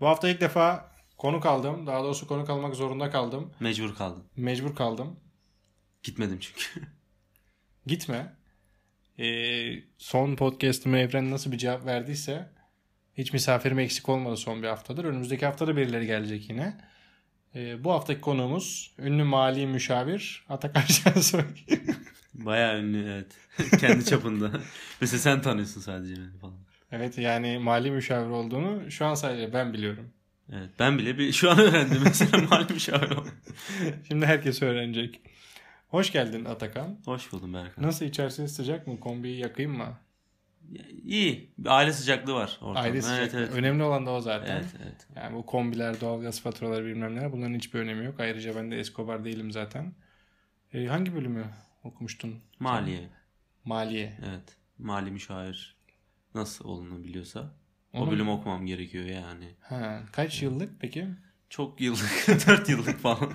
Bu hafta ilk defa konuk aldım. Daha doğrusu konuk almak zorunda kaldım. Mecbur kaldım. Mecbur kaldım. Gitmedim çünkü. Gitme. Ee, son podcast'ime Evren nasıl bir cevap verdiyse hiç misafirim eksik olmadı son bir haftadır. Önümüzdeki hafta da birileri gelecek yine. Ee, bu haftaki konuğumuz ünlü mali müşavir Atakan Şensoy. Bayağı ünlü evet. Kendi çapında. Mesela sen tanıyorsun sadece beni falan. evet yani mali müşavir olduğunu şu an sadece ben biliyorum. Evet ben bile bir şu an öğrendim mesela malum şahane oldu. Şimdi herkes öğrenecek. Hoş geldin Atakan. Hoş buldum Berkan. Nasıl içerisi sıcak mı? Kombiyi yakayım mı? İyi. Bir aile sıcaklığı var ortamda. Aile sıcak. Evet evet. Önemli olan da o zaten. Evet, evet. Yani bu kombiler, doğalgaz faturaları bilmem neler bunların hiçbir önemi yok. Ayrıca ben de Escobar değilim zaten. Ee, hangi bölümü okumuştun? Maliye. Maliye. Evet. Mali müşavir nasıl olunabiliyorsa Onu- o bölümü okumam gerekiyor yani. Ha, kaç yıllık peki? Çok yıllık, 4 yıllık falan.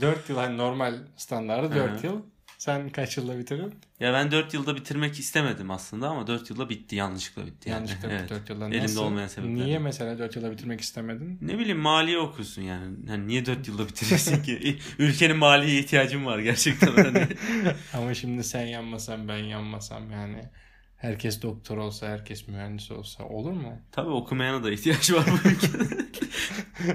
4 yıl hani normal standartı Hı hı. 4 yıl. Sen kaç yılda bitirdin? Ya ben 4 yılda bitirmek istemedim aslında ama 4 yılda bitti. Yanlışlıkla bitti yani. Yanlışlıkla evet. 4 yılda. Elimde Nasıl? olmayan sebepler. Niye mesela 4 yılda bitirmek istemedin? Ne bileyim maliye okuyorsun yani. Hani niye 4 yılda bitirirsin ki? Ülkenin maliye ihtiyacım var gerçekten. Hani. Ama şimdi sen yanmasan ben yanmasam yani herkes doktor olsa herkes mühendis olsa olur mu? Tabii okumayana da ihtiyaç var bu ülkede.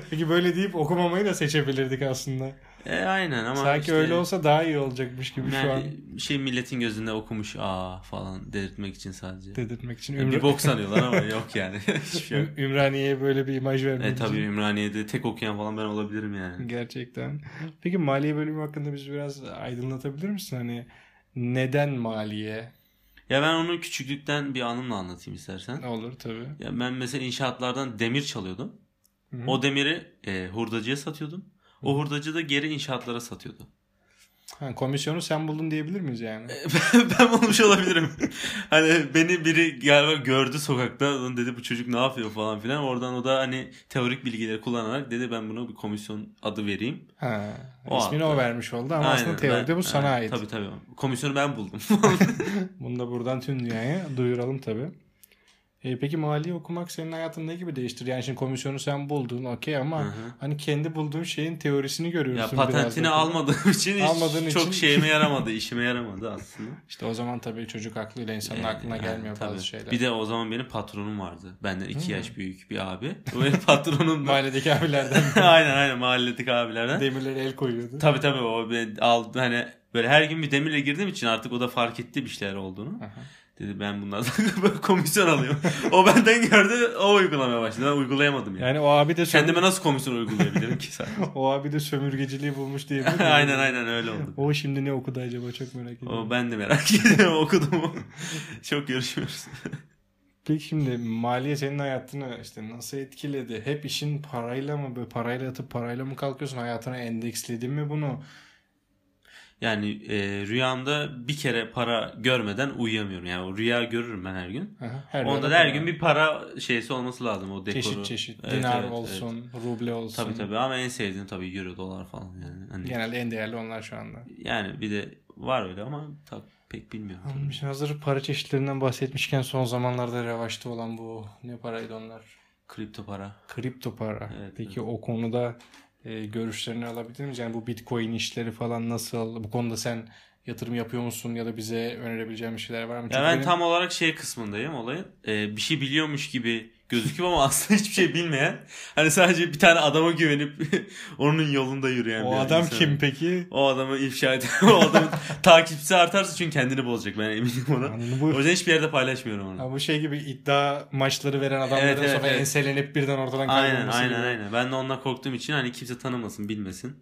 Peki böyle deyip okumamayı da seçebilirdik aslında. e aynen ama Sanki işte- öyle olsa daha iyi olacakmış gibi şu an yani şey milletin gözünde okumuş aa falan dedirtmek için sadece. dedirtmek için. bir Ümra- bok sanıyorlar ama yok yani. Hiçbir şey yok. Üm- Ümraniye'ye böyle bir imaj vermek E tabii için. Ümraniye'de tek okuyan falan ben olabilirim yani. Gerçekten. Peki maliye bölümü hakkında bizi biraz aydınlatabilir misin? Hani neden maliye? Ya ben onu küçüklükten bir anımla anlatayım istersen. Olur tabii. Ya ben mesela inşaatlardan demir çalıyordum. Hı. O demiri e, hurdacıya satıyordum. O hurdacı da geri inşaatlara satıyordu. Ha, komisyonu sen buldun diyebilir miyiz yani? E, ben olmuş olabilirim. hani beni biri galiba gördü sokakta. Lan dedi bu çocuk ne yapıyor falan filan. Oradan o da hani teorik bilgileri kullanarak dedi ben buna bir komisyon adı vereyim. Ha, o ismini hatta. o vermiş oldu ama aslında Aynen, teoride ben- bu sana aynen, ait. Tabii tabii. Komisyonu ben buldum. Bunu da buradan tüm dünyaya duyuralım tabii. E, peki maliye okumak senin hayatını ne gibi değiştir? Yani şimdi komisyonu sen buldun okey ama Hı hı. hani kendi bulduğun şeyin teorisini görüyorsun ya biraz da. patentini almadığım için hiç Almadığın çok için- şeyime yaramadı. işime yaramadı aslında. İşte o zaman tabii çocuk aklıyla insanın Yani, aklına yani, gelmiyor Ee, tabii. bazı şeyler. Hmm. Bir de o zaman benim patronum vardı. Benden iki yaş büyük bir abi. O benim patronum. Mahalledeki abilerden aynen aynen mahalledeki abilerden. demirlere el koyuyordu. Tabii tabii o ben aldı hani böyle her gün bir demirle girdiğim için artık o da fark etti bir şeyler olduğunu. Aha. Dedi ben bunlardan böyle komisyon alıyorum. o benden gördü o uygulamaya başladı. Ben uygulayamadım yani. Yani o abi de sömür- Kendime nasıl komisyon uygulayabilirim ki sen? o abi de sömürgeciliği bulmuş diye. aynen aynen öyle oldu. O şimdi ne okudu acaba çok merak ediyorum. O ben de merak ediyorum okudum mu? Çok görüşmüyoruz. Peki şimdi maliye senin hayatını işte nasıl etkiledi? Hep işin parayla mı böyle parayla yatıp parayla mı kalkıyorsun? Hayatına endeksledin mi bunu? Yani e, rüyamda bir kere para görmeden uyuyamıyorum. Yani o rüya görürüm ben her gün. Aha, Her Onda yerde da her para. gün bir para şeysi olması lazım o dekoru. çeşit çeşit Evet, dinar evet, evet. olsun, ruble olsun. Tabii tabii ama en sevdiğim tabii euro dolar falan yani. Hani Genelde en değerli onlar şu anda. yani bir de var öyle ama tabii pek bilmiyorum. tabii. Şimdi hazır para çeşitlerinden bahsetmişken son zamanlarda revaçta olan bu ne paraydı onlar? Kripto para. Kripto para. Evet, Peki o konuda e, görüşlerini alabilir miyiz? Yani bu Bitcoin işleri falan nasıl? Bu konuda sen yatırım yapıyor musun ya da bize önerebileceğin bir şeyler var mı? Ya ben tam olarak şey kısmındayım olayın. Ee, bir şey biliyormuş gibi gözüküyor ama aslında hiçbir şey bilmeyen. Hani sadece bir tane adama güvenip onun yolunda yürüyen o bir adam insanım. kim peki? O adamı ifşa eden, o adamın takipçisi artarsa çünkü kendini bozacak ben eminim ona. Yani O bu, yüzden hiçbir yerde paylaşmıyorum onu. Ha, bu şey gibi iddia maçları veren adamların Evet, evet, sonra evet. enselenip birden ortadan Aynen kaybolması aynen gibi. aynen. Ben de ondan korktuğum için hani kimse tanımasın bilmesin.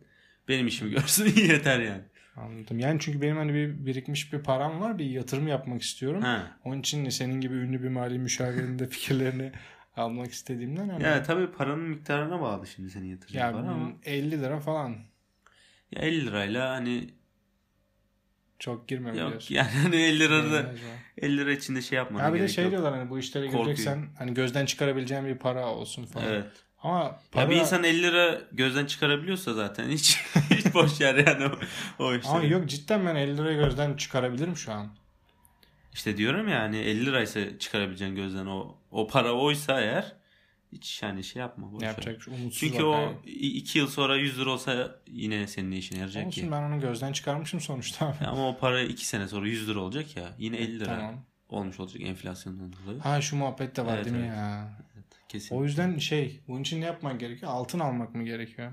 Benim işimi görsün yeter yani. Anladım. Yani çünkü benim hani bir birikmiş bir param var. Bir yatırım yapmak istiyorum. Ha. Onun için senin gibi ünlü bir mali müşavirin de fikirlerini almak istediğimden ama Ya tabii paranın miktarına bağlı şimdi senin yatıracağın Hani ya para ama. 50 lira falan Ya 50 lirayla hani çok girmem yok diyorsun. yani hani 50 lira Yani da- acaba. 50 lira içinde şey yapmana Ya bir de gerek şey yok. diyorlar hani bu işlere Korkuyor. gireceksen hani gözden çıkarabileceğin bir para olsun falan. Evet. Ama Ya para bir insan 50 lira gözden çıkarabiliyorsa zaten hiç hiç boş yer yani o, o işte. ama yok cidden ben 50 lirayı gözden çıkarabilirim şu an. İşte diyorum ya hani 50 liraysa çıkarabileceğin gözden o o para oysa eğer Hiç yani şey yapma. boş ver. Yapacak bir şey. Umutsuz Çünkü bak o yani. i- iki yıl sonra 100 lira olsa yine senin ne işine yarayacak Olsun ki. ben onu gözden çıkarmışım sonuçta. abi. Ama o para iki sene sonra 100 lira olacak ya. Yine 50 lira Tamam. olmuş olacak enflasyondan dolayı. Ha şu muhabbet de var Evet, değil mi evet. ya? Kesin. O yüzden şey bunun için ne yapman gerekiyor? Altın almak mı gerekiyor?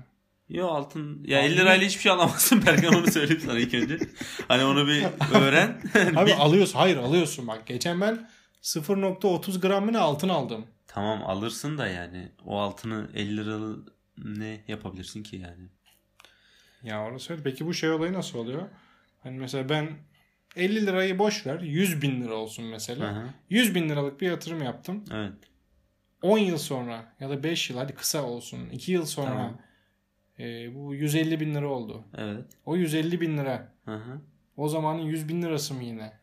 Yo altın ya Altın 50 lirayla hiçbir şey alamazsın Berkan onu söyleyeyim sana ilk önce. Hani onu bir öğren. Abi Bir- alıyorsun. Hayır alıyorsun bak. Geçen ben 0.30 gram mı ne altın aldım. Tamam alırsın da yani o altını 50 liralı ne yapabilirsin ki yani? Ya orası öyle. Peki bu şey olayı nasıl oluyor? Hani mesela ben 50 lirayı boş ver. 100 bin lira olsun mesela. Aha, 100 bin liralık bir yatırım yaptım. evet. 10 yıl sonra ya da 5 yıl hadi kısa olsun. 2 yıl sonra Tamam. e, bu 150 bin lira oldu. Evet. O 150 bin lira Aha. o zamanın 100 bin lirası mı yine?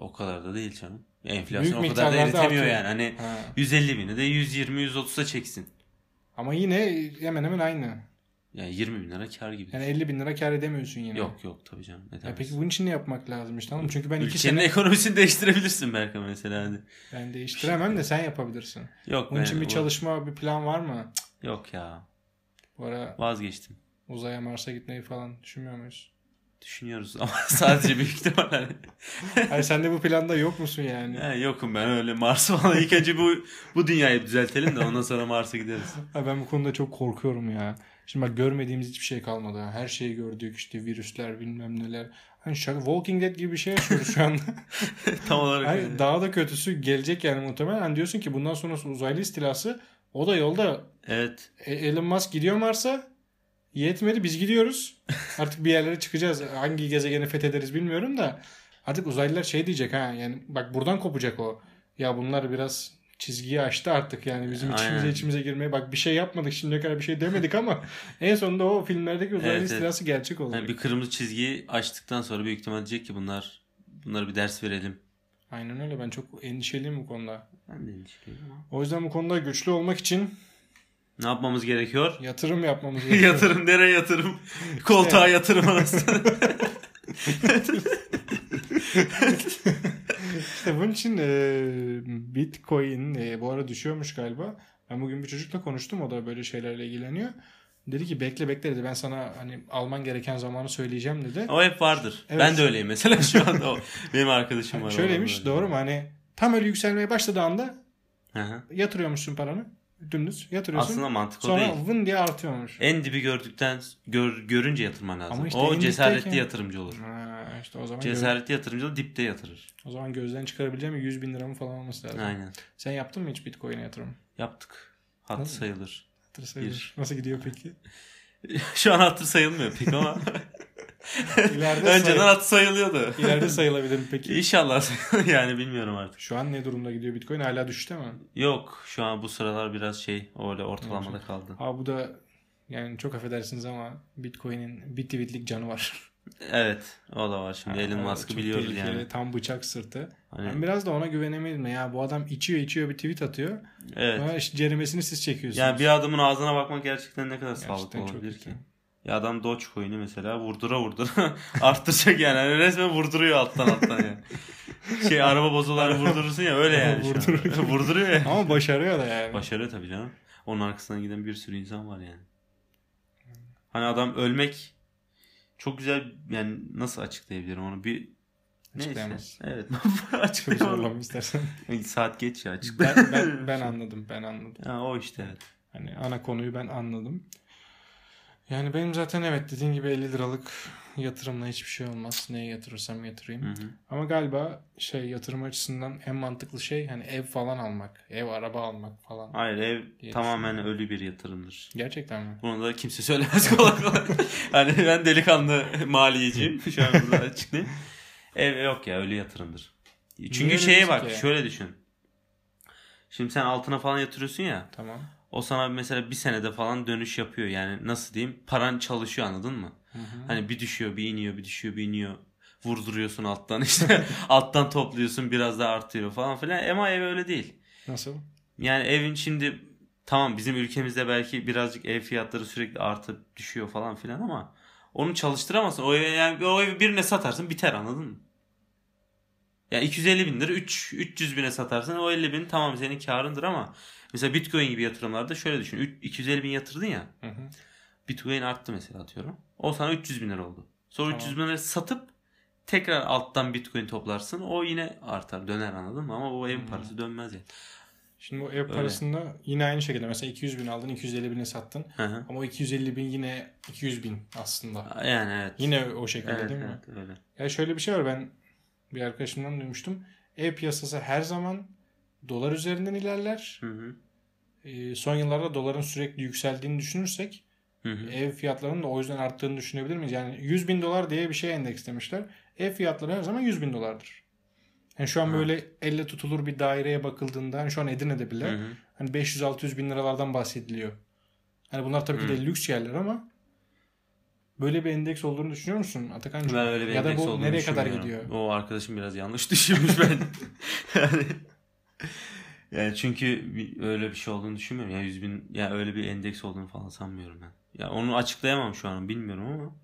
O kadar da değil canım. Enflasyon Büyük o kadar da miktarlarda eritemiyor artıyor. yani. Hani Ha. 150 bini de 120 130'a çeksin. Ama yine hemen hemen aynı. Yani 20 bin lira kar gibi. Yani 50 bin lira kar edemiyorsun yine. Yok yok tabii canım. Ne Ya demek. peki bunun için ne yapmak lazım işte hanım? Çünkü ben 2 Ülkenin sene ekonomisini değiştirebilirsin Berkan mesela. Hani. ben değiştiremem de sen yapabilirsin. Yok Bunun ben- için bir o- çalışma, bir plan var mı? Cık, Yok ya Bu ara vazgeçtim. uzaya Mars'a gitmeyi falan düşünmüyor muyuz? Düşünüyoruz ama sadece büyük ihtimal hani. Hayır sen de bu planda yok musun yani? Ha, yokum ben öyle Mars falan. İlk önce bu, bu dünyayı düzeltelim de ondan sonra Mars'a gideriz. Ay ben bu konuda çok korkuyorum ya. Şimdi bak görmediğimiz hiçbir şey kalmadı. ha. Her şeyi gördük işte virüsler bilmem neler. Hani şaka, Walking Dead gibi bir şey yaşıyoruz şu anda. Tam olarak öyle. Hani daha da kötüsü gelecek yani muhtemelen. Hani diyorsun ki bundan sonrası uzaylı istilası. O da yolda Evet. E, Elon Musk gidiyor Mars'a. Yetmedi biz gidiyoruz. Artık bir yerlere çıkacağız. Hangi gezegeni fethederiz bilmiyorum da. Artık uzaylılar şey diyecek ha yani bak buradan kopacak o. Ya bunlar biraz çizgiyi aştı artık yani bizim içimize Aynen. içimize girmeye. Bak bir şey yapmadık şimdiye kadar bir şey demedik ama en sonunda o filmlerdeki uzaylı Evet, evet. istilası gerçek olacak. Yani bir kırmızı çizgiyi açtıktan sonra büyük ihtimal diyecek ki bunlar bunlara bir ders verelim. Aynen öyle ben çok endişeliyim bu konuda. Ben de endişeliyim ama. O yüzden bu konuda güçlü olmak için Ne yapmamız gerekiyor? yatırım yapmamız gerekiyor. yatırım nereye yatırım? Koltuğa yatırım arasında. İşte bunun için e, Bitcoin e, bu ara düşüyormuş galiba. Ben bugün bir çocukla konuştum o da böyle şeylerle ilgileniyor. Dedi ki bekle bekle dedi ben sana hani alman gereken zamanı söyleyeceğim dedi. o hep vardır. Evet. Ben de öyleyim mesela şu anda o. Benim arkadaşım var. Hani şöyleymiş doğru mu hani tam öyle yükselmeye başladığı anda Hı-hı. yatırıyormuşsun paranı dümdüz yatırıyorsun. Aslında mantıklı sonra değil. vın diye artıyormuş. En dibi gördükten gör, görünce yatırman lazım. Ama işte en o cesaretli dipteyken- yatırımcı olur. Ha, işte o zaman gö- Cesaretli yatırımcı da dipte yatırır. o zaman gözden çıkarabileceğim 100 bin liramı falan olması lazım. Aynen. Sen yaptın mı hiç Bitcoin'e yatırım? Yaptık. Hatır Nasıl? sayılır. Hatır sayılır. Nasıl gidiyor peki? Şu an hatır sayılmıyor pek ama İleride, önceden sayı- hatır sayılıyordu. İleride sayılabilir mi peki? İnşallah sayılır yani bilmiyorum artık. Şu an ne durumda gidiyor Bitcoin? Hala düştü mü? Yok şu an bu sıralar biraz şey öyle ortalamada kaldı. Abi bu da yani çok affedersiniz ama Bitcoin'in bitti bitlik canı var. Evet o da var şimdi Elon Yani Musk'ı çok biliyoruz tehlikeli, yani. Tam bıçak sırtı. Ben Hani, biraz da ona güvenemedim. Ya bu adam içiyor içiyor bir tweet atıyor. evet. Ama işte ceremesini siz çekiyorsunuz. Yani bir adamın ağzına bakmak gerçekten ne kadar Gerçekten sağlıklı olabilir kötü. ki. Ya adam Dogecoin'i mesela vurdura vurdura arttıracak yani. Hani resmen vurduruyor alttan alttan yani. Şey araba bozuları vurdurursun ya öyle yani. şu an. Vurduruyor. Vurduruyor ya. Ama başarıyor da yani. Başarı tabii canım. Onun arkasından giden bir sürü insan var yani. Hani adam ölmek çok güzel yani nasıl açıklayabilirim onu bir Neyse. Açıklayamaz. Evet. Çok Açıklayamam. zorlamam istersen. Saat geç ya açıkla. ben, ben, ben anladım. Ben anladım. Ha, o işte evet. Hani ana konuyu ben anladım. Yani benim zaten evet dediğin gibi 50 liralık yatırımla hiçbir şey olmaz. Neye yatırırsam yatırayım. Hı hı. Ama galiba şey yatırım açısından en mantıklı şey hani ev falan almak. Ev araba almak falan. Hayır ev Diye tamamen ölü bir yatırımdır. Gerçekten mi? Bunu da kimse söylemez kolay kolay. hani ben delikanlı maliyeciyim. Şu an burada açıklayayım. Ev yok ya ölü yatırımdır. Çünkü öyle şeye diyorsun bak ki? şöyle düşün. Şimdi sen altına falan yatırıyorsun ya. Tamam. O sana mesela bir senede falan dönüş yapıyor. Yani nasıl diyeyim? Paran çalışıyor anladın mı? Hani bir düşüyor bir iniyor bir düşüyor bir iniyor. Vurduruyorsun alttan işte. alttan topluyorsun biraz daha artıyor falan filan. Ama ev öyle değil. Nasıl? Yani evin şimdi tamam bizim ülkemizde belki birazcık ev fiyatları sürekli artıp düşüyor falan filan ama onu çalıştıramazsın. O evi, yani o evi birine satarsın biter anladın mı? Ya 250 bin lira 3, 300 bine satarsan o 50 bin tamam senin karındır ama mesela bitcoin gibi yatırımlarda şöyle düşün. Üç- 250 bin yatırdın ya Hı hı. bitcoin arttı mesela atıyorum. O sana 300 bin lira oldu. Sonra Tamam. 300 bin lira satıp tekrar alttan bitcoin toplarsın. O yine artar döner anladın mı? Ama bu evin Hmm. parası dönmez yani. Şimdi bu ev parasında yine aynı şekilde mesela 200 bin aldın 250 bine sattın. Hı hı. Ama o 250 bin yine 200 bin aslında. Yani evet. Yine o şekilde evet, değil mi? evet, öyle. Ya şöyle bir şey var ben bir arkadaşımdan duymuştum. Ev piyasası her zaman dolar üzerinden ilerler. Hı hı. Ee, son yıllarda doların sürekli yükseldiğini düşünürsek Hı hı. ev fiyatlarının da o yüzden arttığını düşünebilir miyiz? Yani 100 bin dolar diye bir şey endekslemişler. Ev fiyatları her zaman 100 bin dolardır. Yani şu an Evet. böyle elle tutulur bir daireye bakıldığında hani şu an Edirne'de bile Hı hı. hani 500-600 bin liralardan bahsediliyor. Hani bunlar tabii ki de lüks yerler ama böyle bir endeks olduğunu düşünüyor musun Atakan? Ben öyle bir ya da endeks bu olduğunu nereye kadar düşünmüyorum. gidiyor? O arkadaşım biraz yanlış düşünmüş ben. yani, yani çünkü bir- öyle bir şey olduğunu düşünmüyorum. Ya 100 bin ya öyle bir endeks olduğunu falan sanmıyorum ben. Ya onu açıklayamam şu an bilmiyorum ama.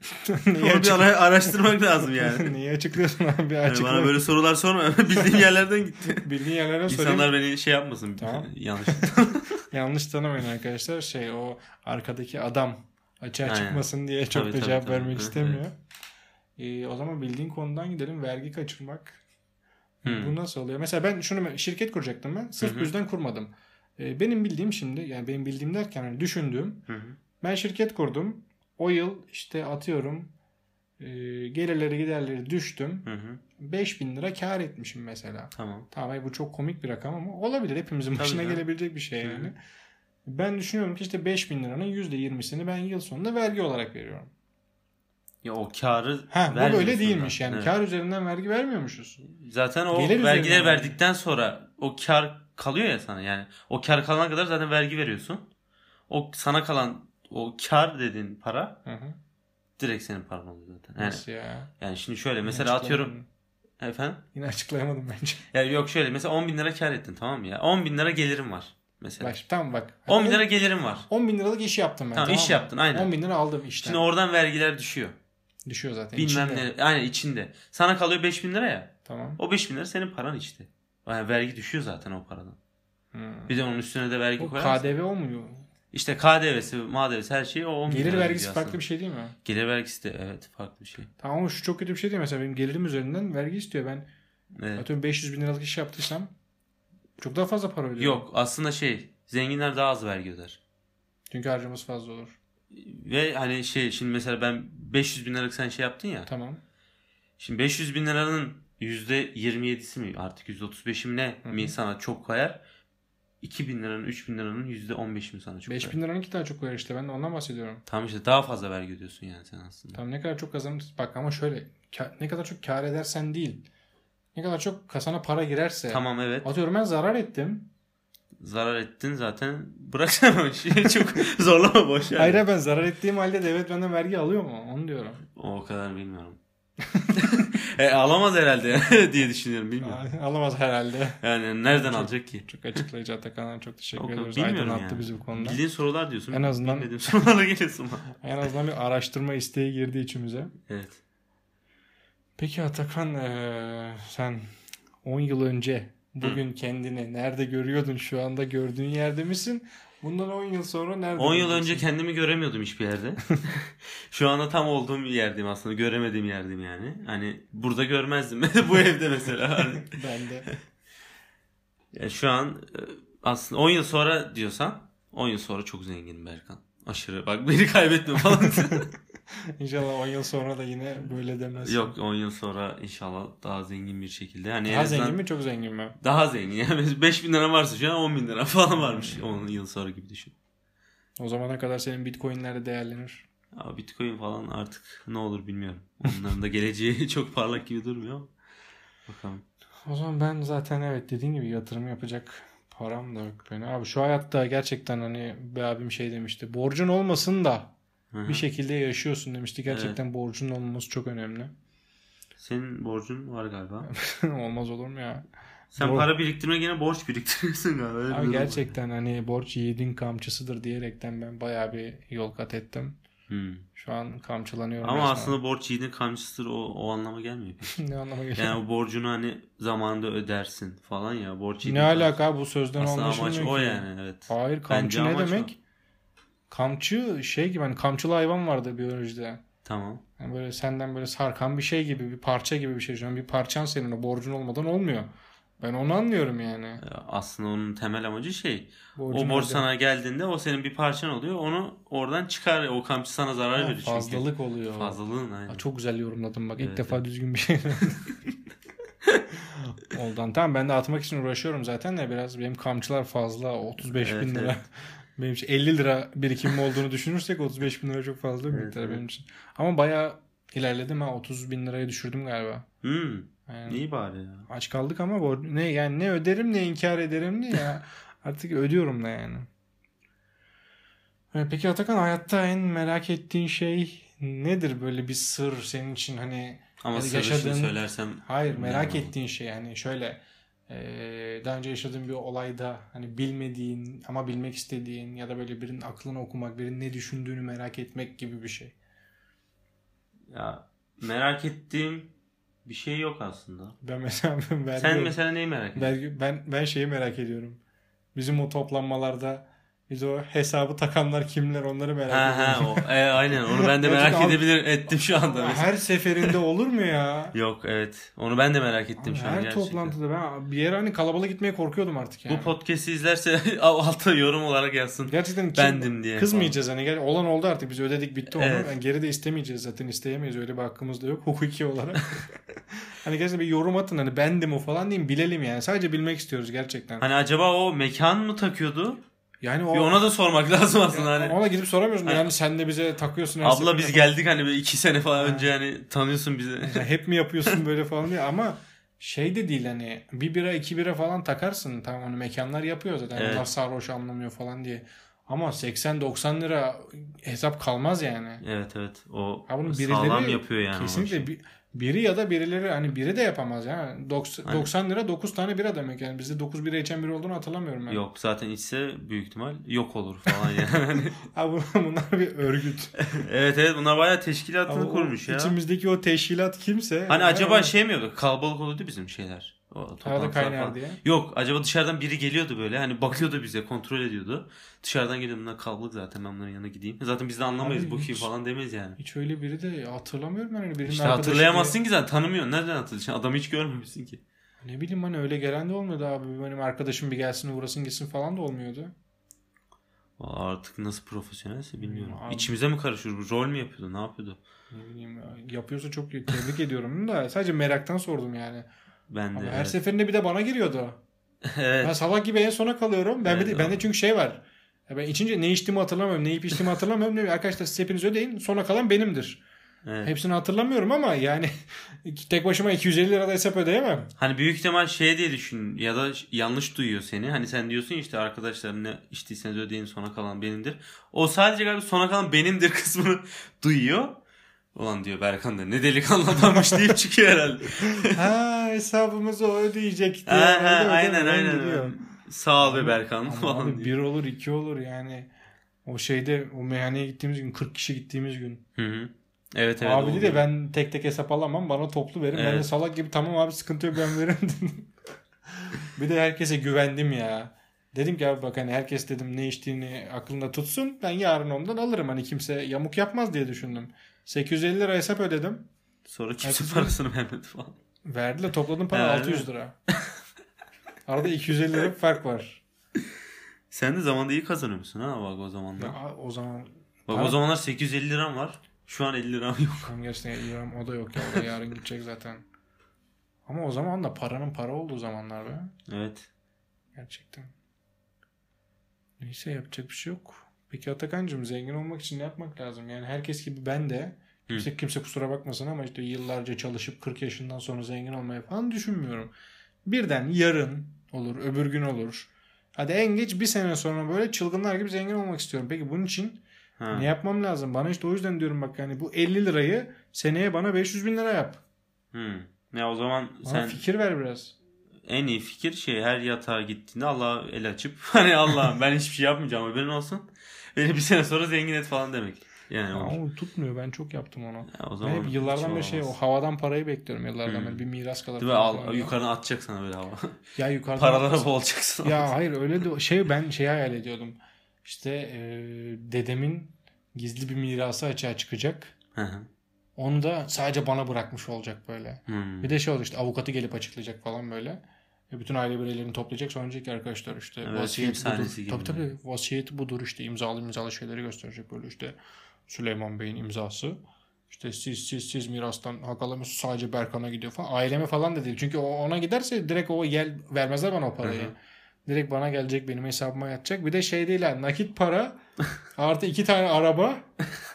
Niye, Onu bir açık- ara- araştırmak lazım yani. Niye açıklıyorsun abi? Bir Yani açıkla. bana böyle sorular sorma. Bildiğim yerlerden gitti. Bildiğin yerlere sorayım. İnsanlar beni şey yapmasın. Tamam. Yanlış. Yanlış tanımayın arkadaşlar. Şey o arkadaki adam açığa Aynen. çıkmasın diye çok Tabii, da tabii, cevap tabii. vermek Evet, istemiyor. Ee, o zaman bildiğin konudan gidelim. Vergi kaçırmak. Hmm. Bu nasıl oluyor? Mesela ben şunu şirket kuracaktım ben. Sırf Hı bu hı. yüzden kurmadım. Ee, benim bildiğim şimdi yani benim bildiğim derken hani düşündüğüm Hı hı. Ben şirket kurdum. O yıl işte atıyorum e, gelirleri giderleri düştüm. Hı hı. 5000 lira kar etmişim mesela. Tamam. Tamam hayır, bu çok komik bir rakam ama olabilir. Hepimizin Tabii başına canım. gelebilecek bir şey Hı hı. yani. Ben düşünüyorum ki işte 5000 liranın %20'sini ben yıl sonunda vergi olarak veriyorum. Ya o karı Ha bu vermiyorsun böyle değilmiş da. yani. Evet. Kar üzerinden vergi vermiyormuşuz. Zaten o Gelir üzerinden vergileri yani. verdikten sonra o kar kalıyor ya sana yani. O kar kalana kadar zaten vergi veriyorsun. O sana kalan o kar dediğin para Hı hı. direkt senin paran oluyor zaten. Yani, Nasıl ya? yani şimdi şöyle mesela Yine atıyorum açıklayamadım. efendim. Yine açıklayamadım bence. Ya yok şöyle mesela 10 bin lira kar ettin tamam mı ya? 10 bin lira gelirim var mesela. Bak şimdi tamam bak. 10 bin lira gelirim var. 10 bin liralık iş yaptım ben. Tamam, iş mı? yaptın, aynen. 10 bin lira aldım işten. Şimdi oradan vergiler düşüyor. Düşüyor zaten. Bilmem içinde. ne. Aynen içinde. Sana kalıyor 5 bin lira ya. Tamam. O 5 bin lira senin paran işte. Yani vergi düşüyor zaten o paradan. Hmm. Bir de onun üstüne de vergi Bu koyarsan. KDV olmuyor. İşte KDV'si, MADV'si her şeyi o 10 Gelir lira vergisi gidiyor farklı aslında. bir şey değil mi? Gelir vergisi de evet farklı bir şey. Tamam ama şu çok kötü bir şey değil. Mesela benim gelirim üzerinden vergi istiyor. Ben Evet. atıyorum 500 bin liralık iş yaptıysam çok daha fazla para ödüyorum. Yok aslında şey zenginler daha az vergi öder. Çünkü harcaması fazla olur. Ve hani şey şimdi mesela ben 500 bin liralık sen şey yaptın ya. Tamam. Şimdi 500 bin liranın %27'si mi artık %35'i mi ne Hı hı. mi sana çok koyar. 2000 liranın 3000 liranın %15'i mi sana çok koyar. 5000 liranın iki daha çok koyar işte. Ben de ondan bahsediyorum. Tamam işte daha fazla vergi ödüyorsun yani sen aslında. Tamam ne kadar çok kazanırsın. Bak ama şöyle ka- ne kadar çok kar edersen değil. Ne kadar çok kasana para girerse. Tamam evet Atıyorum ben zarar ettim. zarar ettin zaten bıraksana o işi çok zorlama boş yani. Hayır ben zarar ettiğim halde devlet benden vergi alıyor mu? Onu diyorum. O kadar bilmiyorum. e, alamaz herhalde diye düşünüyorum bilmiyorum. Alamaz herhalde. Yani nereden Çok- alacak ki? Çok açıklayıcı Atakan'a çok teşekkür Yok, ediyoruz. bilmiyorum Aydınlattı yani. bizi bu konuda. Bildiğin sorular diyorsun. En azından- Bilmediğim sorulara geliyorsun. bana. En azından bir araştırma isteği girdi içimize. evet. Peki Atakan eee, sen 10 yıl önce bugün kendini nerede görüyordun? Şu anda gördüğün yerde misin? Bundan 10 yıl sonra nerede? 10 yıl görüyorsun? önce kendimi göremiyordum hiçbir yerde. Şu anda tam olduğum yerdeyim aslında. Göremediğim yerdeyim yani. Hani burada görmezdim. Bu evde mesela. Hani, ben de ya şu an e, aslında 10 yıl sonra diyorsan 10 yıl sonra çok zenginim Berkan. Aşırı bak beni kaybetme falan. inşallah 10 yıl sonra da yine böyle demezsin. Yok 10 yıl sonra inşallah daha zengin bir şekilde. Hani Daha zengin mi çok zengin mi? Daha zengin. Yani 5 bin lira varsa şu an 10 bin lira falan varmış 10 yıl sonra gibi düşün. O zamana kadar senin bitcoinler değerlenir. Ama bitcoin falan artık ne olur bilmiyorum. Onların da geleceği çok parlak gibi durmuyor. ama Bakalım. O zaman ben zaten evet dediğin gibi yatırım yapacak param da yok benim. Abi şu hayatta gerçekten hani bir abim şey demişti. Borcun olmasın da Hı hı. bir şey- şekilde yaşıyorsun demişti. Gerçekten borcun olması çok önemli. Senin borcun var galiba. Olmaz olur mu ya? Sen Doğru. para biriktirme gene borç biriktiriyorsun galiba. Öyle bir Abi durum var. gerçekten hani borç yiğidin kamçısıdır diyerekten ben bayağı bir yol kat ettim. Hmm. Şu an kamçılanıyorum. Ama resmen. aslında borç yiğidin kamçısıdır o, o anlama gelmiyor. ne anlama geliyor? Yani o borcunu hani zamanında ödersin falan ya. Borç yiğidin ne alaka abi, bu sözden Aslında anlaşılmıyor amaç o ki. yani evet. Hayır kamçı Bence ne amaç demek? Kamçı şey gibi hani kamçılı hayvan vardı biyolojide. Tamam. Yani böyle senden böyle sarkan bir şey gibi bir parça gibi bir şey. Şu an bir parçan senin o borcun olmadan olmuyor. Ben onu anlıyorum yani. Ee, Aslında onun temel amacı şey. Borcun o borç nerede? sana geldiğinde o senin bir parçan oluyor. Onu oradan çıkar. O kamçı sana zarar Ha, veriyor çünkü. Fazlalık oluyor. Fazlalığın aynen. Ha, çok güzel yorumladın bak. İlk Evet, defa düzgün bir şey. Oldan tamam ben de atmak için uğraşıyorum zaten de biraz benim kamçılar fazla 35 Evet, bin lira. evet. Benim için 50 lira birikimim olduğunu düşünürsek 35 bin lira çok fazla bir Evet, miktar evet. benim için. Ama bayağı ilerledim ha 30 bin liraya düşürdüm galiba. Hmm, Yani iyi bari ya. aç kaldık ama bor- ne yani ne öderim ne inkar ederim ne ya artık ödüyorum da yani. Ee, Peki Atakan hayatta en merak ettiğin şey nedir böyle bir sır senin için hani Ama Yani sarışını yaşadığın- söylersem hayır merak Bilmiyorum. ettiğin şey hani şöyle e, daha önce yaşadığın bir olayda hani bilmediğin ama bilmek istediğin ya da böyle birinin aklını okumak birinin ne düşündüğünü merak etmek gibi bir şey. ya merak ettiğim bir şey yok aslında. Ben mesela ben Sen vermiyorum. mesela neyi merak ediyorsun? Ben, ben, ben şeyi merak ediyorum. Bizim o toplanmalarda biz o hesabı takanlar kimler onları merak Ha ediyorum. ha o, e, aynen onu ben de Ya merak çünkü abi- edebilir ettim şu anda. mesela. Her seferinde olur mu ya? Yok evet. Onu ben de merak ettim Abi şu an her gerçekten. toplantıda ben bir yere hani kalabalık gitmeye korkuyordum artık yani. Bu podcast'i izlerse alta yorum olarak yazsın. Gerçekten kim- Bendim diye kızmayacağız hani gel olan oldu artık biz ödedik bitti onu. Evet. Yani geri de istemeyeceğiz zaten isteyemeyiz öyle bir hakkımız da yok hukuki olarak. hani gerçekten bir yorum atın hani bendim o falan diyeyim bilelim yani sadece bilmek istiyoruz gerçekten. Hani acaba o mekan mı takıyordu? yani Bir o ona da sormak lazım aslında hani. Ona gidip soramıyorsun. Hani- Yani sen de bize takıyorsun. her Abla seferinde falan. biz geldik hani böyle iki sene falan Ha. önce hani tanıyorsun bizi. Ya hep mi yapıyorsun böyle falan diye ama şey de değil hani bir bira iki bira falan takarsın tamam onu mekanlar yapıyor zaten Evet. onlar sarhoş anlamıyor falan diye ama 80-90 lira hesap kalmaz yani Evet evet o Ha bunun birileri sağlam yapıyor yani. o işi. kesinlikle bi- biri ya da birileri hani biri de yapamaz yani Aynen. 90 lira 9 tane bira demek yani bizde 9 bira içen biri olduğunu hatırlamıyorum ben. Yok zaten içse büyük ihtimal yok olur falan yani. Hani, Ha, bu- bunlar bir örgüt. evet evet bunlar bayağı teşkilatını Ama o kurmuş ya. İçimizdeki o teşkilat kimse. Hani yani acaba ona- şey mi yoktu? Kalabalık oluyordu bizim şeyler. O Arada toplantılar kaynar falan. diye. Yok acaba dışarıdan biri geliyordu böyle hani bakıyordu bize kontrol ediyordu. Dışarıdan geliyor bunlar kalabalık zaten ben bunların yanına gideyim. Zaten biz de anlamayız Abi bu kim hiç- falan demeyiz yani. Hiç öyle biri de hatırlamıyorum ben öyle birinin İşte arkadaşı hatırlayamazsın ki zaten tanımıyorsun. Nereden hatırlayacaksın? Adamı hiç görmemişsin ki. diye. Ne bileyim hani öyle gelen de olmuyordu abi. Benim arkadaşım bir gelsin uğrasın gitsin falan da olmuyordu. Valla Artık nasıl profesyonelse bilmiyorum. Hmm, abi. İçimize mi karışıyor? bu? Rol mü yapıyordu? Ne yapıyordu? Ne bileyim ya, yapıyorsa çok iyi. Tebrik ediyorum da sadece meraktan sordum yani. Ben de. Ama her şey- evet. seferinde bir de bana giriyordu. evet. Ben salak gibi en sona kalıyorum. Ben bir Evet, de, bende abi. çünkü şey var. Ya Ben içince ne içtiğimi hatırlamıyorum, ne yiyip içtiğimi hatırlamıyorum. Ne- Arkadaşlar siz hepiniz ödeyin, sona kalan benimdir. evet. Hepsini hatırlamıyorum ama yani tek başıma 250 lirada hesap ödeyemem. Hani büyük ihtimal şey diye düşün ya da ş- yanlış duyuyor seni. Hani sen diyorsun ya işte arkadaşlar ne içtiyseniz ödeyin sona kalan benimdir. O sadece galiba sona kalan benimdir kısmını duyuyor. Ulan diyor Berkan da ne delikanlı adammış deyip çıkıyor herhalde. ha hesabımızı o ödeyecek diye. Ha, ha, Öyle ödemeden aynen gidiyor. aynen. Sağ ol be Ama- Berkan Ama falan abi diyor. bir olur iki olur yani. O şeyde o meyhaneye gittiğimiz gün 40 kişi gittiğimiz gün. Hı hı. Evet evet. abi oldu. de ben tek tek hesap alamam bana toplu verin. Ben de Evet. salak gibi tamam abi sıkıntı yok ben veririm dedim. bir de herkese güvendim ya. Dedim ki abi bak hani herkes dedim ne içtiğini aklında tutsun. Ben yarın ondan alırım hani kimse yamuk yapmaz diye düşündüm. 850 lira hesap ödedim. Sonra kimse Herkes- parasını vermedi falan. Verdiler topladım para Ha, 600 lira. Arada 250 lira bir fark var. Sen de zamanda iyi kazanıyorsun ha bak o zamanlar. Ya, o zaman Bak Para- o zamanlar 850 liram var. Şu an 50 liram yok. Tam gerçekten İrem o da yok ya. O da yarın gidecek zaten. Ama o zaman da paranın para olduğu zamanlar be. Evet. Gerçekten. Neyse yapacak bir şey yok. Peki Atakan'cığım zengin olmak için ne yapmak lazım? Yani herkes gibi ben de kimse, kimse kusura bakmasın ama işte yıllarca çalışıp 40 yaşından sonra zengin olmayı falan düşünmüyorum. Birden yarın olur, öbür gün olur. Hadi en geç bir sene sonra böyle çılgınlar gibi zengin olmak istiyorum. Peki bunun için Ha. ne yapmam lazım? Bana işte o yüzden diyorum bak yani bu 50 lirayı seneye bana 500 bin lira yap. Hı. hmm. Ya o zaman Bana sen fikir ver biraz. en iyi fikir şey her yatağa gittiğinde Allah'a el açıp hani Allah'ım ben hiçbir şey yapmayacağım haberin olsun. Beni bir sene sonra zengin et falan demek. Yani Ama olur. o tutmuyor. Ben çok yaptım onu. Ya o Ben zaman hep yıllardan beri bir şey o havadan parayı bekliyorum yıllardan Hmm. beri. Bir miras kadar. Değil mi? falan Al, koyuyorum. yukarıdan atacak sana böyle hava. Ya yukarıdan. Paralara boğulacaksın. Ya hayır öyle de şey ben şey hayal ediyordum. İşte eee, dedemin gizli bir mirası açığa çıkacak. Hı hı. Onu da sadece bana bırakmış olacak böyle. Hmm. Bir de şey oldu işte avukatı gelip açıklayacak falan böyle. E, bütün aile bireylerini toplayacak sonra diyecek ki arkadaşlar işte Evet, film vasiyet budur. sahnesi gibi. Tabii tabii vasiyet budur işte imzalı imzalı şeyleri gösterecek böyle işte Süleyman Bey'in imzası. İşte siz siz siz mirastan hak alamıyorsunuz sadece Berkan'a gidiyor falan. Aileme falan da değil. Çünkü o ona giderse direkt o yel vermezler bana o parayı. Hı hı. Direkt bana gelecek benim hesabıma yatacak. Bir de şey değil yani nakit para artı iki tane araba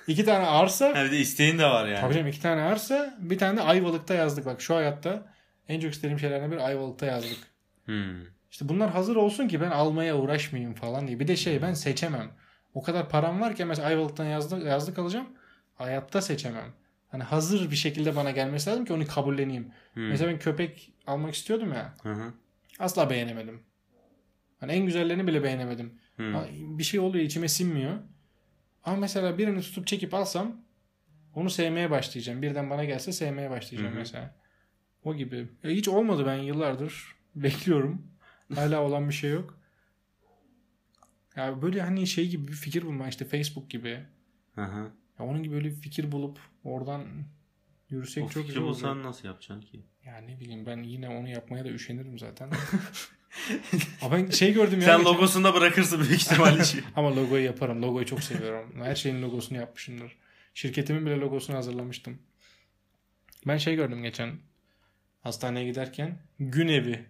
iki tane arsa Ha, bir de isteğin de var yani. Tabii canım iki tane arsa bir tane de Ayvalık'ta yazdık. Bak şu hayatta en çok istediğim şeylerden biri Ayvalık'ta yazdık. Hmm. İşte bunlar hazır olsun ki ben almaya uğraşmayayım falan diye. Bir de şey ben seçemem. O kadar param var ki mesela Ayvalık'tan yazlık, yazlık alacağım. Hayatta seçemem. Hani hazır bir şekilde bana gelmesi lazım ki onu kabulleneyim. Hmm. Mesela ben köpek almak istiyordum ya. Hı hı. Asla beğenemedim. Hani en güzellerini bile beğenemedim. Hmm. Ha, Bir şey oluyor içime sinmiyor. Ama mesela birini tutup çekip alsam onu sevmeye başlayacağım. Birden bana gelse sevmeye başlayacağım Hı hı. mesela. O gibi. Ya hiç olmadı ben yıllardır. Bekliyorum. Hala olan bir şey yok. Ya böyle hani şey gibi bir fikir bulmak işte Facebook gibi. Hı hı. Ya onun gibi böyle bir fikir bulup oradan yürüsek O Şey, çok fikri güzel olur. bulsan nasıl yapacaksın ki? Ya ne bileyim ben yine onu yapmaya da üşenirim zaten. Ama ben şey gördüm ya. Sen geçen- logosunda bırakırsın büyük ihtimalle şey. işi. Ama logoyu yaparım. Logoyu çok seviyorum. Her şeyin logosunu yapmışımdır. Şirketimin bile logosunu hazırlamıştım. Ben şey gördüm geçen hastaneye giderken gün evi.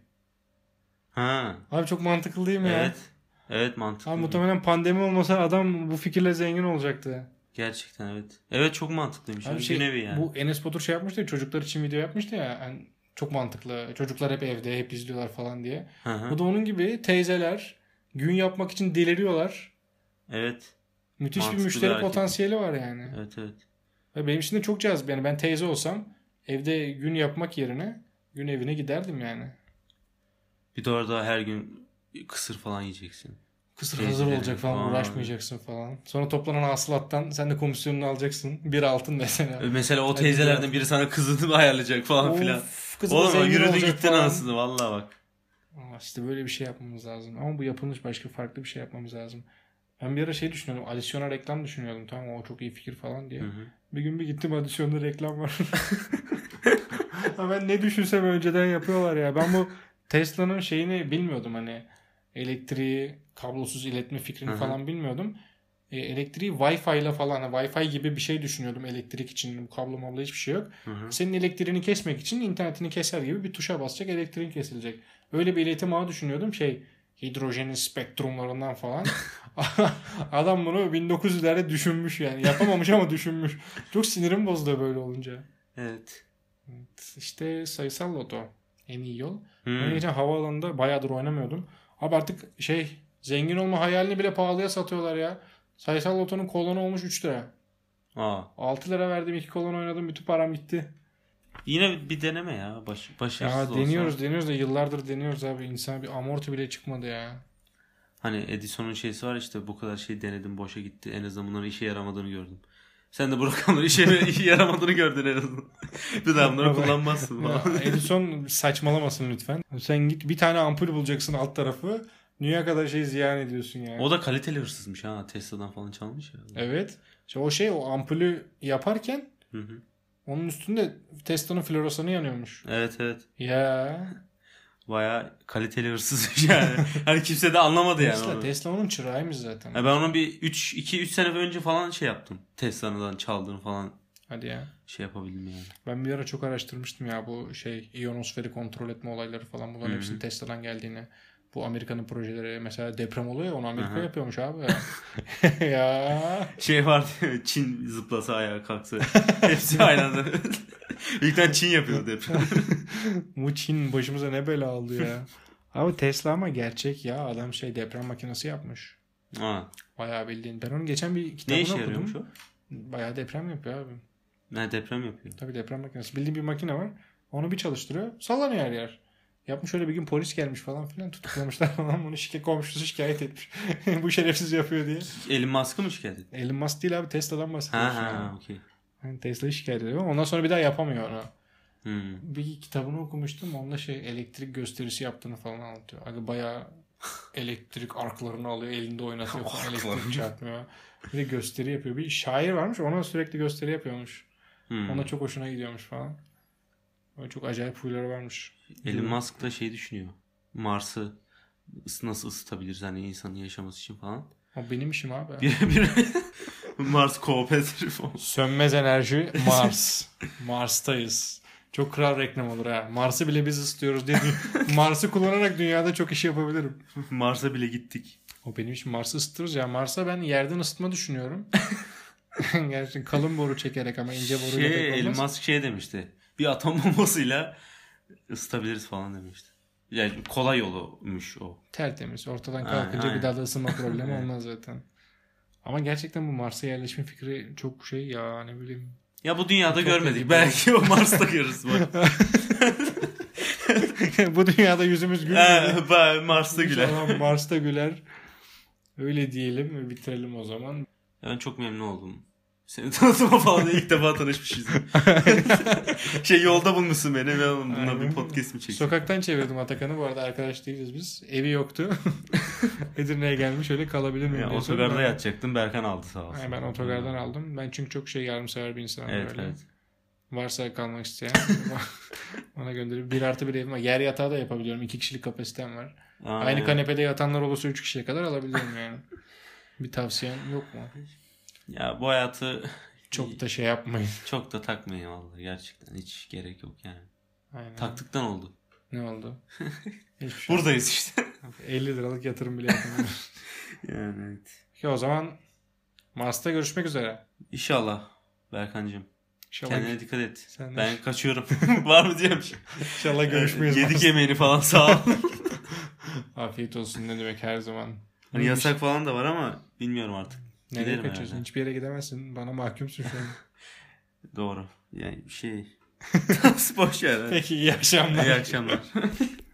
ha. Abi çok mantıklı değil mi ya? Evet. Evet mantıklı. Abi muhtemelen pandemi olmasa adam bu fikirle zengin olacaktı. Gerçekten evet. Evet çok mantıklıymış. Abi bir şey, nevi yani. Bu Enes Batur şey yapmıştı ya çocuklar için video yapmıştı ya. Yani çok mantıklı. Çocuklar hep evde hep izliyorlar falan diye. Hı hı. Bu da onun gibi teyzeler gün yapmak için deliriyorlar. Evet. Müthiş Mantıklı bir bir müşteri hareket. potansiyeli var yani. Evet evet. Ve benim için de çok cazip. Yani ben teyze olsam evde gün yapmak yerine gün evine giderdim yani. Bir de orada her gün kısır falan yiyeceksin. Kısır Teyzelerin hazır olacak falan falan. uğraşmayacaksın falan. Sonra toplanan hasılattan sen de komisyonunu alacaksın. Bir altın mesela. Mesela o Hadi teyzelerden biri sana kızını ayarlayacak falan filan. Of, kız da Oğlum zengin yürüdün olacak gittin falan. anasını vallahi bak. Aa, İşte böyle bir şey yapmamız lazım. Ama bu yapılmış başka farklı bir şey yapmamız lazım. Ben bir ara şey düşünüyordum. Adisyona reklam düşünüyordum. Tamam o çok iyi fikir falan diye. Hı hı. Bir gün bir gittim adisyonda reklam var. Ha ben ne düşünsem önceden yapıyorlar ya. Ben bu Tesla'nın şeyini bilmiyordum hani elektriği kablosuz iletme fikrini Hı hı. falan bilmiyordum. E, elektriği Wi-Fi ile falan hani Wi-Fi gibi bir şey düşünüyordum elektrik için. Bu kablo mablo hiçbir şey yok. Hı hı. Senin elektriğini kesmek için internetini keser gibi bir tuşa basacak elektriğin kesilecek. Öyle bir iletim ağı düşünüyordum şey hidrojenin spektrumlarından falan. Adam bunu 1900'lerde düşünmüş yani. Yapamamış ama düşünmüş. Çok sinirim bozdu böyle olunca. Evet. İşte sayısal loto en iyi yol. Hı. Ben geçen havaalanında bayağıdır oynamıyordum. Abi artık şey zengin olma hayalini bile pahalıya satıyorlar ya. Sayısal lotonun kolonu olmuş 3 lira. Aa. 6 lira verdim 2 kolon oynadım bütün param gitti. Yine bir deneme ya. Baş, başarısız Ya olsa. deniyoruz deniyoruz da yıllardır deniyoruz abi. İnsan bir amorti bile çıkmadı ya. Hani Edison'un şeysi var işte bu kadar şey denedim boşa gitti. En azından bunların işe yaramadığını gördüm. Sen de bu rakamların işe, işe yaramadığını gördün en azından. bir daha bunları kullanmazsın Ya falan. Edison saçmalamasın lütfen. Sen git bir tane ampul bulacaksın alt tarafı. Dünya kadar şey ziyan ediyorsun yani. o da kaliteli hırsızmış ha. Tesla'dan falan çalmış ya. Evet. İşte o şey o ampulü yaparken Hı hı. onun üstünde Tesla'nın floresanı yanıyormuş. evet evet. Ya. Baya kaliteli hırsızmış yani. hani kimse de anlamadı yani. Tesla, onu. Tesla onun çırağıymış zaten. Ya ben onu bir 3 2 3 sene önce falan şey yaptım. Tesla'dan çaldığını falan Hadi ya. şey yapabildim yani. Ben bir ara çok araştırmıştım ya bu şey iyonosferi kontrol etme olayları falan bunların Hı hı. hepsinin Tesla'dan geldiğini. Bu Amerika'nın projeleri mesela deprem oluyor ya onu Amerika Aha. yapıyormuş abi. ya. Şey vardı ya, Çin zıplasa ayağa kalksa. Hepsi aynı anda. İlkten Çin yapıyordu hep. Bu Çin başımıza ne bela aldı ya. abi Tesla ama gerçek ya adam şey deprem makinesi yapmış. Aa, Bayağı bildiğin. Ben onu geçen bir ne işe kitabını okudum. yarıyormuş o? Bayağı deprem yapıyor abi. Ne deprem yapıyor. Tabii deprem makinesi. Bildiğin bir makine var. Onu bir çalıştırıyor. Sallanıyor her yer. Yapmış öyle bir gün polis gelmiş falan filan tutuklamışlar falan bunu şike komşusu şikayet etmiş. Bu şerefsiz yapıyor diye. Elon Musk'ı mı şikayet etti? Elon Musk değil abi Tesla'dan bahsediyor. Ha ha okey. Yani Hani Tesla'yı şikayet ediyor. Ondan sonra bir daha yapamıyor onu. Hmm. Bir kitabını okumuştum. Onda şey elektrik gösterisi yaptığını falan anlatıyor. Aga bayağı elektrik arklarını alıyor. Elinde oynatıyor falan. elektrik Arklarını. çarpmıyor. Bir de gösteri yapıyor. Bir şair varmış. Ona sürekli gösteri yapıyormuş. Hmm. Ona çok hoşuna gidiyormuş falan. Böyle çok acayip huyları varmış. Elon Musk da şey düşünüyor. Mars'ı ıs- nasıl ısıtabiliriz hani insanın yaşaması için falan. O benim işim abi. Bir bir Mars kooperatif olmuş. Sönmez enerji Mars. Mars'tayız. Çok kral reklam olur ha. Mars'ı bile biz ısıtıyoruz diye. dü- Mars'ı kullanarak dünyada çok iş yapabilirim. Mars'a bile gittik. O benim için Mars'ı ısıtırız ya. Mars'a ben yerden ısıtma düşünüyorum. Gerçekten kalın boru çekerek ama ince boruyla Şey, pek Elon olmaz. Musk şey demişti. Bir atom bombasıyla ısıtabiliriz falan demişti. Yani kolay yolumuş o. Tertemiz. Ortadan Aynen, kalkınca aynen. bir daha da ısınma problemi Evet. olmaz zaten. Ama gerçekten bu Mars'a yerleşme fikri çok şey ya ne bileyim. Ya bu dünyada Çok tehlikeli. görmedik. Belki o Mars'ta görürüz. Bak. bu dünyada yüzümüz gülmüyor. Ee, ben Mars'ta güler. Tamam, Mars'ta güler. Öyle diyelim ve bitirelim o zaman. Ben çok memnun oldum. Seni tanıtıma falan ilk defa tanışmışız. şey yolda bulmuşsun beni. Ben oğlum bununla Aynen. bir podcast mi çekeyim? Sokaktan çevirdim Atakan'ı. Bu arada arkadaş değiliz biz. Evi yoktu. Edirne'ye gelmiş öyle kalabilir miyim? Ya, diye sordum. otogarda yatacaktım. Berkan aldı sağ olsun. Ay, ben otogardan aldım. Ben çünkü çok şey yardımsever bir insanım. Evet böyle. evet. Varsa kalmak isteyen bana gönderip bir artı bir evim var. Yer yatağı da yapabiliyorum. İki kişilik kapasitem var. Aa, Aynı evet. kanepede yatanlar olursa üç kişiye kadar alabiliyorum yani. bir tavsiyen yok mu? Ya bu hayatı Çok da şey yapmayın. çok da takmayın vallahi gerçekten. Hiç gerek yok yani. Aynen. Taktıktan oldu. Ne oldu? Hiçbir şey. Buradayız işte. 50 liralık yatırım bile yapmadım. yani evet. Peki o zaman Mars'ta görüşmek üzere. İnşallah Berkancığım. İnşallah, Kendine dikkat et. Sen de. Ben kaçıyorum. Var mı diyorum. inşallah görüşmeyiz. Yedik yemeğini falan sağ ol. Afiyet olsun ne demek her zaman. Hani yasak falan da var ama bilmiyorum artık. Nereye Giderim kaçıyorsun? herhalde. Hiçbir yere gidemezsin. Bana mahkumsun şu an. Doğru. Yani şey. Boş ver. Peki iyi akşamlar. İyi akşamlar.